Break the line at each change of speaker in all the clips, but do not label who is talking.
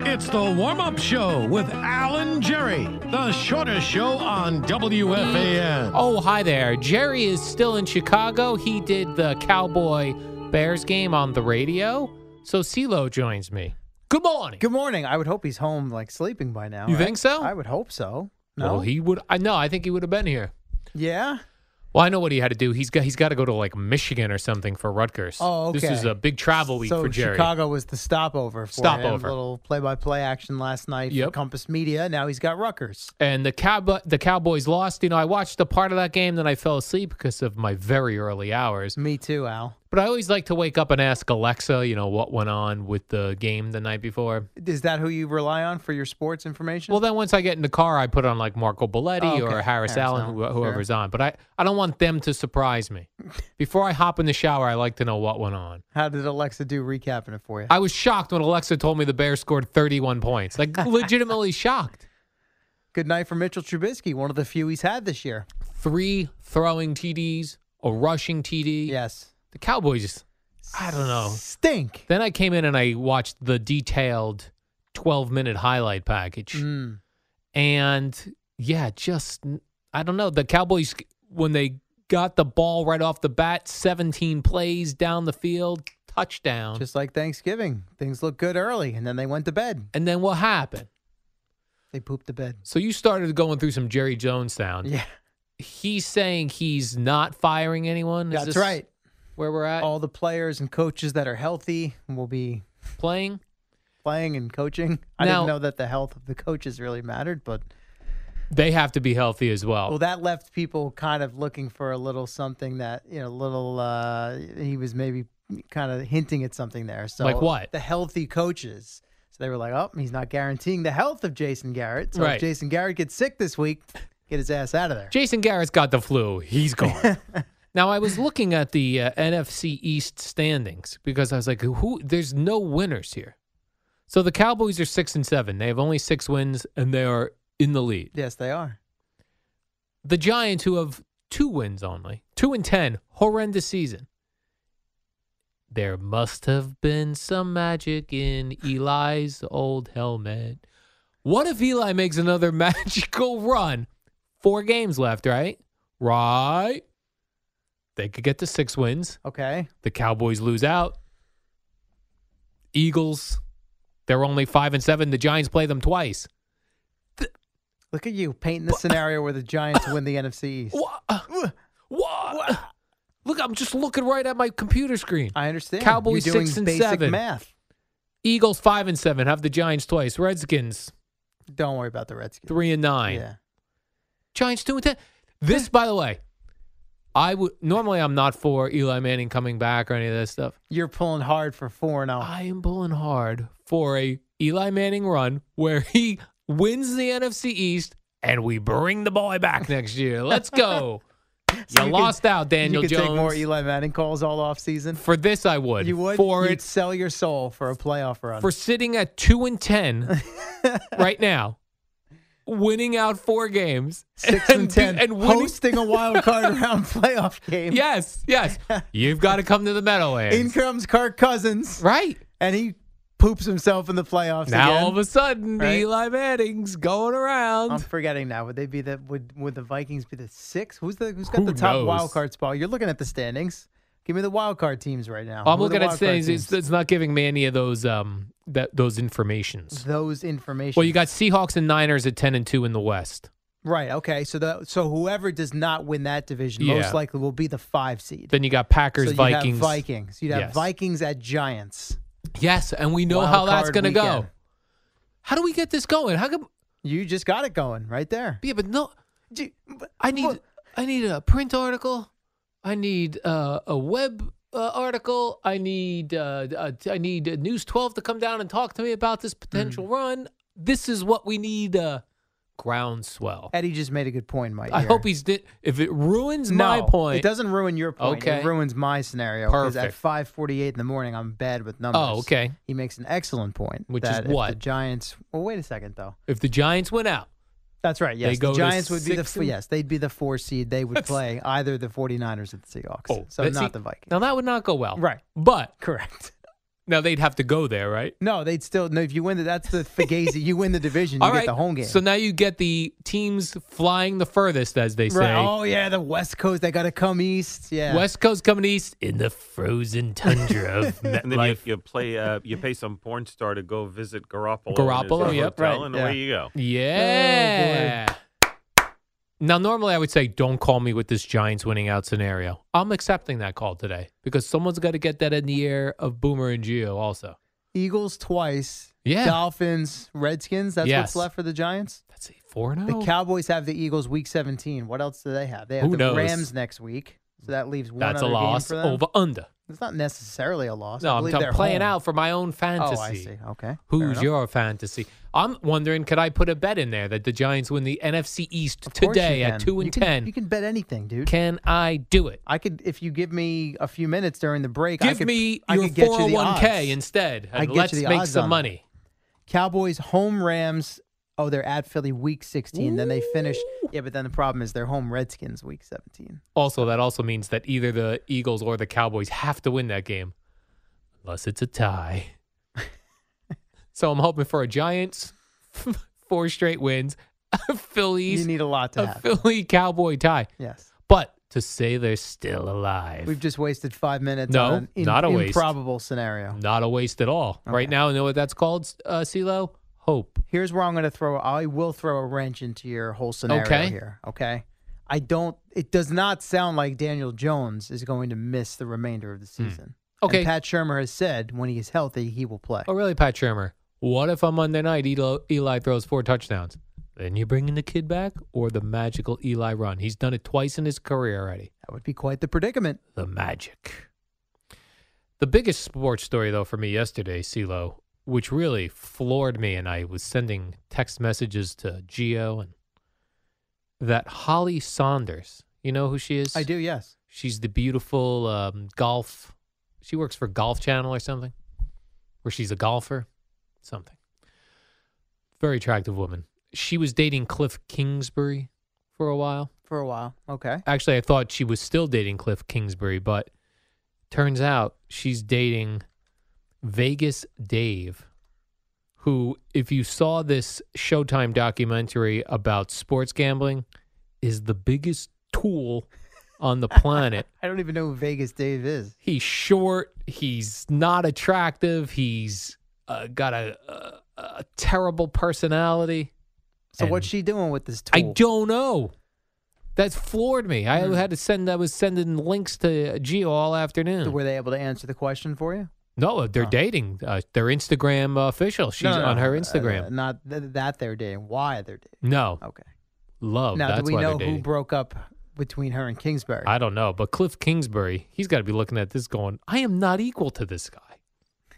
It's the warm up show with Alan Jerry, the shortest show on WFAN.
Oh, hi there. Jerry is still in Chicago. He did the Cowboy Bears game on the radio. So CeeLo joins me. Good morning.
Good morning. I would hope he's home, like sleeping by now.
You
right?
think so?
I would hope so. No,
Well, he would. I know. I think he would have been here.
yeah.
Well, I know what he had to do. He's got. He's got to go to like Michigan or something for Rutgers.
Oh,
This
okay.
is a big travel week
so
for Jerry.
Chicago was the stopover for him.
Stopover.
Little play-by-play action last night
Yep.
for Compass Media. Now he's got Rutgers.
And the Cow- the Cowboys lost. You know, I watched a part of that game, then I fell asleep because of my very early hours.
Me too, Al.
But I always like to wake up and ask Alexa, you know, what went on with the game the night before.
Is that who you rely on for your sports information?
Well, then once I get in the car, I put on like Marco Belletti
Oh, okay.
or Harris,
Harris
Allen,
Allen,
who- whoever's on. But I, I don't want them to surprise me. Before I hop in the shower, I like to know what went on.
How did Alexa do recapping it for you?
I was shocked when Alexa told me the Bears scored 31 points. Like, legitimately shocked.
Good night for Mitchell Trubisky, one of the few he's had this year.
Three throwing TDs, a rushing TD.
Yes.
The Cowboys just, I don't know.
Stink.
Then I came in and I watched the detailed 12 minute highlight package.
Mm.
And yeah, just I don't know. The Cowboys when they got the ball right off the bat, 17 plays down the field, touchdown.
Just like Thanksgiving, things look good early, and then they went to bed.
and then what happened?
They pooped the bed.
So you started going through some Jerry Jones sound.
Yeah,
He's saying he's not firing anyone. Is
that's
this
right. Oh.
Where we're at
all the players and coaches that are healthy will be
playing.
playing and coaching. I
Now-
didn't know that the health of the coaches really mattered, but
They have to be healthy as well.
well, that left people kind of looking for a little something that you know, little uh, he was maybe kind of hinting at something there. So
Like what?
The healthy coaches. So they were like, oh, he's not guaranteeing the health of Jason Garrett. So
Right.
if Jason Garrett gets sick this week, get his ass out of there.
Jason Garrett's got the flu. He's gone. now I was looking at the uh, NFC East standings because I was like, who? There's no winners here. So the Cowboys are six and seven. They have only six wins, and they are in the lead.
yes, they are.
The Giants, who have two wins only, two and ten, horrendous season. There must have been some magic in Eli's old helmet. What if Eli makes another magical run? Four games left, right? Right. They could get to six wins.
Okay.
The Cowboys lose out. Eagles, they're only five and seven. The Giants play them twice.
Look at you painting the scenario where the Giants win the NFC East.
What?
uh.
What? uh, Look, I'm just looking right at my computer screen.
I understand.
Cowboys
You're doing
six and
basic
seven.
math.
Eagles five and seven have the Giants twice. Redskins
Don't worry about the Redskins.
three and nine.
Yeah.
Giants two and ten. This, by the way, I would normally I'm not for Eli Manning coming back or any of that stuff.
You're pulling hard for four and oh.
I am pulling hard for a Eli Manning run where he wins the NFC East and we bring the boy back next year. Let's go.
So
you,
you could-
lost out, Daniel
you could
Jones.
take more Eli Manning calls all off season.
for this, I would.
You would.
for
You'd
it
sell your soul for a playoff run.
for sitting at two and ten right now, winning out four games,
six and, ten,
and winning.
hosting a wild card round playoff game.
yes, yes, you've got to come to the Meadowlands,
In comes Kirk Cousins,
right?
and he poops himself in the playoffs
Now
again.
all of a sudden,
Right.
Eli Manning's going around.
I'm forgetting now. Would they be the would would the Vikings be the six? Who's the who's got
Who
the top
knows?
wild card spot? You're looking at the standings. Give me the wild card teams right now.
I'm
Who are the
looking at
wild card
things. It's,
teams?
it's not giving me any of those um that those informations.
those information.
Well, you got Seahawks and Niners at ten and two in the West.
Right. Okay. So the so whoever does not win that division
Yeah.
most likely will be the five seed.
Then you got Packers,
so you'd have
Vikings.
Vikings. You'd have
Yes.
Vikings at Giants.
Yes, and we know
Wild
how that's
card
going to go.
weekend.
How do we get this going? How come?
You just got it going right there.
Yeah, but no.
Gee, but-
I need
Well-
I need a print article. I I need uh, a web uh, article. I need uh, uh, t- I need uh, News 12 to come down and talk to me about this potential run. This is what we need. Uh, groundswell.
Eddie just made a good point, Mike.
I
here.
hope he's did. If it ruins
no,
my point,
It doesn't ruin your point.
Okay.
It ruins my scenario. 'cause At
Perfect.
5:48 in the morning, I'm in bed with numbers.
Oh, okay.
He makes an excellent point.
Which is
that if the
what?
Giants. Well, wait a second though.
If the Giants went out,
That's right. Yes,
go
the
to
Giants would be the
six and-
yes, they'd be the four seed. They would play either the 49ers or the Seahawks.
oh,
so
that-
not
see,
the Vikings.
Now that would not go well,
Right.
But
Correct.
now they'd have to go there, right?
No, they'd still no. If you win the, that's the Fugazi. you win the division. You
All
get
right.
the home game.
So now you get the teams flying the furthest, as they say.
right. Oh yeah, the West Coast. They got to come east. Yeah.
West Coast coming east in the frozen tundra of
And then you,
MetLife.
you play, uh, you pay some porn star to go visit Garoppolo.
Garoppolo,
in his
yep.
hotel,
Right,
and
yeah.
away you go.
yeah. now, normally I would say, don't call me with this Giants winning out scenario. I'm accepting that call today because someone's got to get that in the air of Boomer and Geo also.
Eagles twice.
Yeah.
Dolphins, Redskins. That's
Yes.
what's left for the Giants.
That's a oh. 4 0.
The Cowboys have the Eagles week 17. What else do they have? They have
Who
the
knows?
Rams next week. So that leaves one
That's a
other game
loss
for them.
over under.
It's not necessarily a loss.
No,
I
I'm
believe
t-
they're
playing
home.
out for my own fantasy.
Oh, I see. Okay. Fair
Who's
enough.
your fantasy? I'm wondering, could I put a bet in there that the Giants win the NFC East
Of course you
today at
can.
two and
You can-
ten?
you can bet anything, dude.
Can I do it?
I could if you give me a few minutes during the break. I
Give
could,
me
I
your
could get
four
you
hundred
the
one k
odds.
instead,
I
and
get you
let's
the
make
odds
some
on
money.
Cowboys home Rams. Oh, they're at Philly week 16. Then they finish. Yeah, but then the problem is they're home Redskins week 17.
Also, that also means that either the Eagles or the Cowboys have to win that game, unless it's a tie. so I'm hoping for a Giants four straight wins, a
you
Phillies,
need a lot to
a
have.
Philly Cowboy tie.
yes.
But to say they're still alive,
We've just wasted five minutes
No,
on an im-
not a waste.
improbable scenario.
not a waste at all. Right
Okay.
now, you know what that's called, uh, CeeLo? Hope.
Here's where I'm going to throw I will throw a wrench into your whole scenario
Okay.
here. Okay. I don't, it does not sound like Daniel Jones is going to miss the remainder of the season.
Hmm. Okay.
And Pat Shermer has said when he is healthy, he will play.
Oh, really, Pat Shermer? What if on Monday night Eli, Eli throws four touchdowns? Then you bringing the kid back or the magical Eli run? He's done it twice in his career already.
That would be quite the predicament.
The magic. The biggest sports story, though, for me yesterday, CeeLo, which really floored me, and I was sending text messages to Gio and that Holly Saunders. You know who she is?
I do, yes.
She's the beautiful um, golf. She works for Golf Channel or something, where she's a golfer, something. Very attractive woman. She was dating Cliff Kingsbury for a while.
For a while. Okay.
Actually, I thought she was still dating Cliff Kingsbury, but turns out she's dating Vegas Dave, who, if you saw this Showtime documentary about sports gambling, is the biggest tool on the planet.
I don't even know who Vegas Dave is.
he's short. He's not attractive. He's uh, got a, a, a terrible personality.
So
And
what's she doing with this
I
tool?
don't know. That floored me. I
Hmm.
had to send. I was sending links to Geo all afternoon.
Were they able to answer the question for you?
no, they're dating. Uh, they're Instagram official. She's
No, no, no,
on her
uh,
Instagram.
not th- that they're dating. Why they're dating?
no,
Okay.
love.
now,
Oh, that's
do we
why
know
they're
who
dating.
broke up between her and Kingsbury?
I don't know, but Cliff Kingsbury, he's got to be looking at this going, "I am not equal to this guy.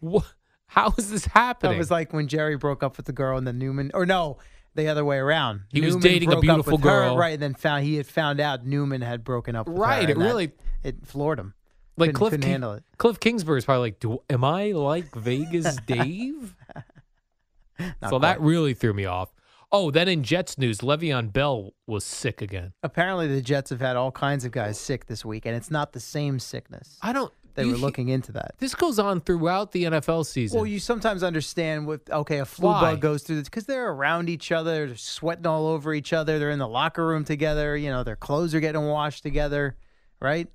What? How is this
that
happening?"
was like when Jerry broke up with the girl and then Newman, or no, the other way around.
He was
Newman
dating a
broke up
beautiful
with her,
girl.
right? And then found he had found out Newman had broken up. With her,
Right, it
and that-
really-
it floored him.
like
couldn't-
Cliff
couldn't
King-
handle it.
Cliff Kingsbury is probably like, "Do am I like Vegas Dave?" so that really threw me off. Oh, then in Jets news, Le'Veon Bell was sick again.
Apparently, the Jets have had all kinds of guys sick this week, and it's not the same sickness.
I don't.
They
you
were
he-
looking into that.
This goes on throughout the NFL season.
Well, you sometimes understand with okay, a flu
Why?
bug goes through this because they're around each other, they're sweating all over each other, they're in the locker room together, you know, their clothes are getting washed together, right?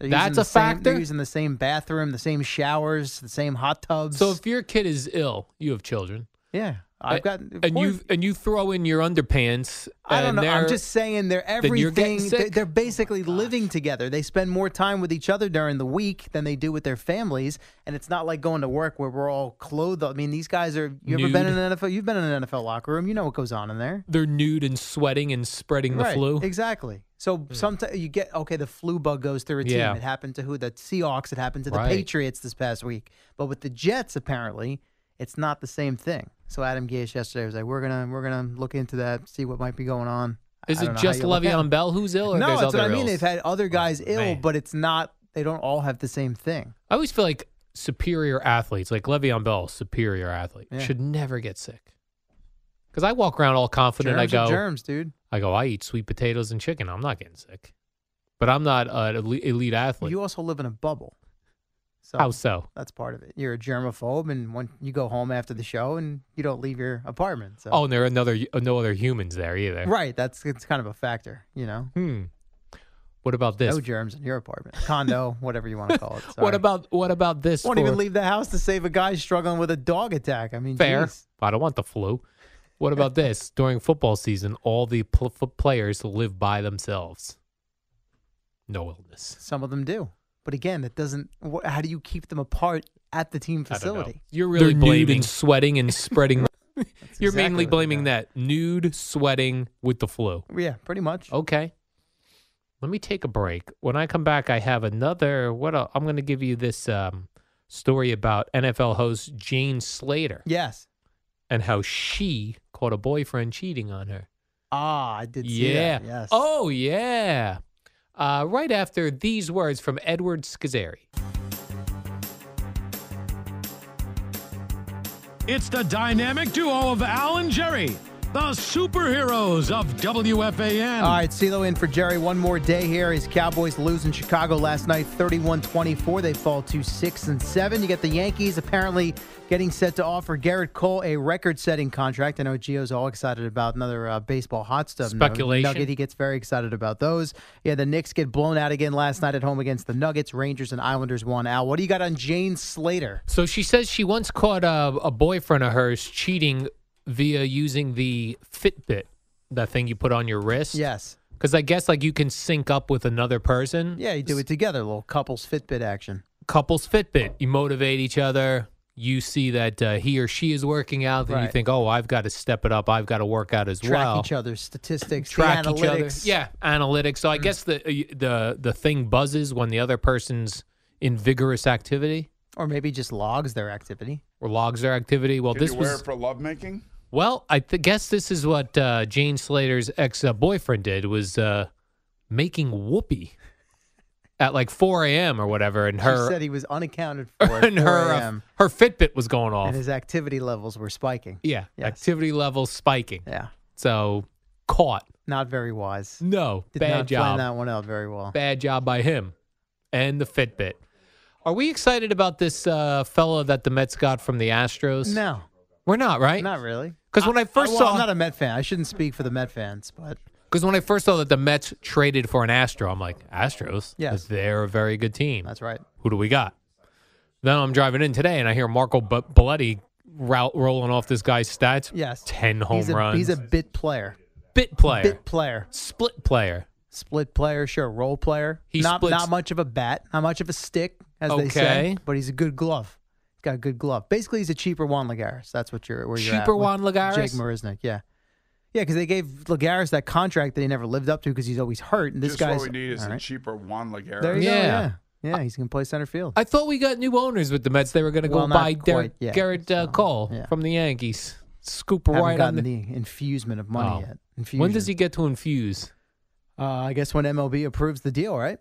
They're using
That's
the
a
same-
factor?
They're using the same bathroom, the same showers, the same hot tubs.
so if your kid is ill, you have children,
yeah,
a-
I've got
and you and you throw in your underpants.
I don't
and
know. I'm
they're-
just saying they're
then you're getting
everything. They're,
sick.
they're basically living together. They spend more time with each other during the week than they do with their families. And it's not like going to work where we're all clothed. up. I mean, these guys are. You ever been in an NFL? You've been in an NFL locker room. You know what goes on in there.
they're nude and sweating and spreading the
Right,
flu. Hmm.
Exactly. So sometimes you get okay. The flu bug goes through a team.
Yeah.
It happened to who? The Seahawks. It happened to the
Right.
Patriots this past week. But with the Jets, apparently, it's not the same thing. So Adam Gase yesterday was like, "We're gonna we're gonna look into that, see what might be going on." I
Is
don't
it
know how
just
you look at
Le'Veon Bell who's ill? Or
No,
there's
that's what
other
I mean.
ills?
They've had other guys ill,
man.
but it's not. They don't all have the same thing.
I always feel like superior athletes, like Le'Veon Bell, superior athlete,
Yeah.
should never get sick. Because I walk around all confident.
germs
I
are
go,
germs, dude.
I go, I eat sweet potatoes and chicken. I'm not getting sick. But I'm not an elite, elite athlete.
You also live in a bubble. So
How so?
that's part of it. You're a germaphobe, and when you go home after the show, and you don't leave your apartment. So
Oh, and there are another no other humans there either.
right, that's it's kind of a factor, you know.
Hmm. What about this?
No germs in your apartment, condo, whatever you want to call it.
what
sorry.
about what about this?
Won't
for-
even leave the house to save a guy struggling with a dog attack. I mean,
Fair.
geez.
I don't want the flu. What about this? During football season, all the pl- f- players live by themselves. No illness.
Some of them do, but again, that doesn't. wh- How do you keep them apart at the team
I don't know.
facility?
You're really
They're nude
blaming
and
sweating and spreading.
That's
You're
exactly
mainly
what
blaming
I'm
that nude sweating with the flu.
doing. Yeah, pretty much.
Okay. Let me take a break. When I come back, I have another. What i am I'm going to give you this um, story about NFL host Jane Slater
Yes.
and how she caught a boyfriend cheating on her.
Ah, I did see
yeah.
that. Yes.
Oh yeah. Uh, right after these words from Edward Schizzeri.
It's the dynamic duo of Al and Jerry, the superheroes of WFAN.
All right, CeeLo in for Jerry. One more day here. His Cowboys lose in Chicago last night, 31-24. They fall to six and seven. You get the Yankees apparently getting set to offer Garrett Cole a record-setting contract. I know Gio's all excited about another uh, baseball hot stuff. nug-
Speculation.
Nugget. He gets very excited about those. Yeah, the Knicks get blown out again last night at home against the Nuggets. Rangers and Islanders won. Al, what do you got on Jane Slater?
So she says she once caught a, a boyfriend of hers cheating via using the Fitbit, that thing you put on your wrist.
Yes.
Because I guess like you can sync up with another person.
Yeah, you do it together. A little couples Fitbit action.
couples Fitbit. You motivate each other. You see that uh, he or she is working out, then you
Right.
think, oh, I've got to step it up. I've got to work out as
Track
well.
each other's statistics, the
Track each other.
analytics. Mm.
Yeah, analytics. So I guess the uh, the the thing buzzes when the other person's in vigorous activity
Or maybe just logs their activity.
or logs their activity. Well,
Did
this
you wear
was
it for lovemaking?
well. I th- guess this is what uh, Jane Slater's ex uh, boyfriend did was uh, making whoopee at like 4 a.m. or whatever, and
she
her
said he was unaccounted for at
and
4
her uh,
a.m.,
her Fitbit was going off.
and his activity levels were spiking.
Yeah.
Yes.
Activity level spiking.
Yeah,
So caught.
not very wise.
No.
Did
bad
not
job.
plan that one out very well.
Bad job by him and the Fitbit. Are we excited about this uh, fella that the Mets got from the Astros?
No,
We're not, right?
not really.
Because when I first
well,
saw,
I'm not a Met fan. I shouldn't speak for the Met fans, but
because when I first saw that the Mets traded for an Astro, I'm like, Astros?
Yes.
They're a very good team.
that's right.
Who do we got? Then I'm driving in today and I hear Marco B- Belletti route rolling off this guy's stats.
Yes,
Ten home
he's a,
runs.
He's a bit player.
bit player,
Bit player.
split player.
Split player, sure. Role player.
He
not
splits-
not much of a bat, not much of a stick, as they say.
Okay.
But he's a good glove. He's got a good glove. Basically, he's a cheaper Juan Lagares. That's what you're where you're at
Cheaper
with
Juan Lagares?
Jake Marisnik, yeah, yeah, because they gave Lagares that contract that he never lived up to because he's always hurt. And this
Just
guy's
what we need is
All
a
right.
cheaper Juan Laguerre.
There you
Yeah.
go. Yeah, yeah, he's gonna play center field.
I thought we got new owners with the Mets. They were going to
Well,
go
not
buy Derek,
quite yet,
Garrett uh,
so,
Cole
yeah.
from the Yankees. Scoop
haven't
right on
gotten
the.
the infusement of money
Oh.
yet.
When does he
Infusion.
get to infuse?
Uh, I guess when MLB approves the deal, right?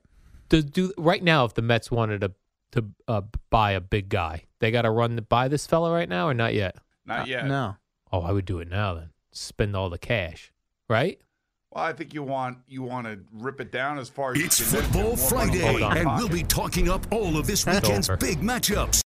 Do, do right now if the Mets wanted to to uh, buy a big guy, they got to run the, buy this fella right now or not yet?
Not yet.
Uh, No.
Oh, I would do it now then. Spend all the cash, right?
Well, I think you want you want to rip it down as far as
It's
you can.
Football
More money
Friday,
in your
and
pocket.
we'll be talking up all of this weekend's
over.
big matchups.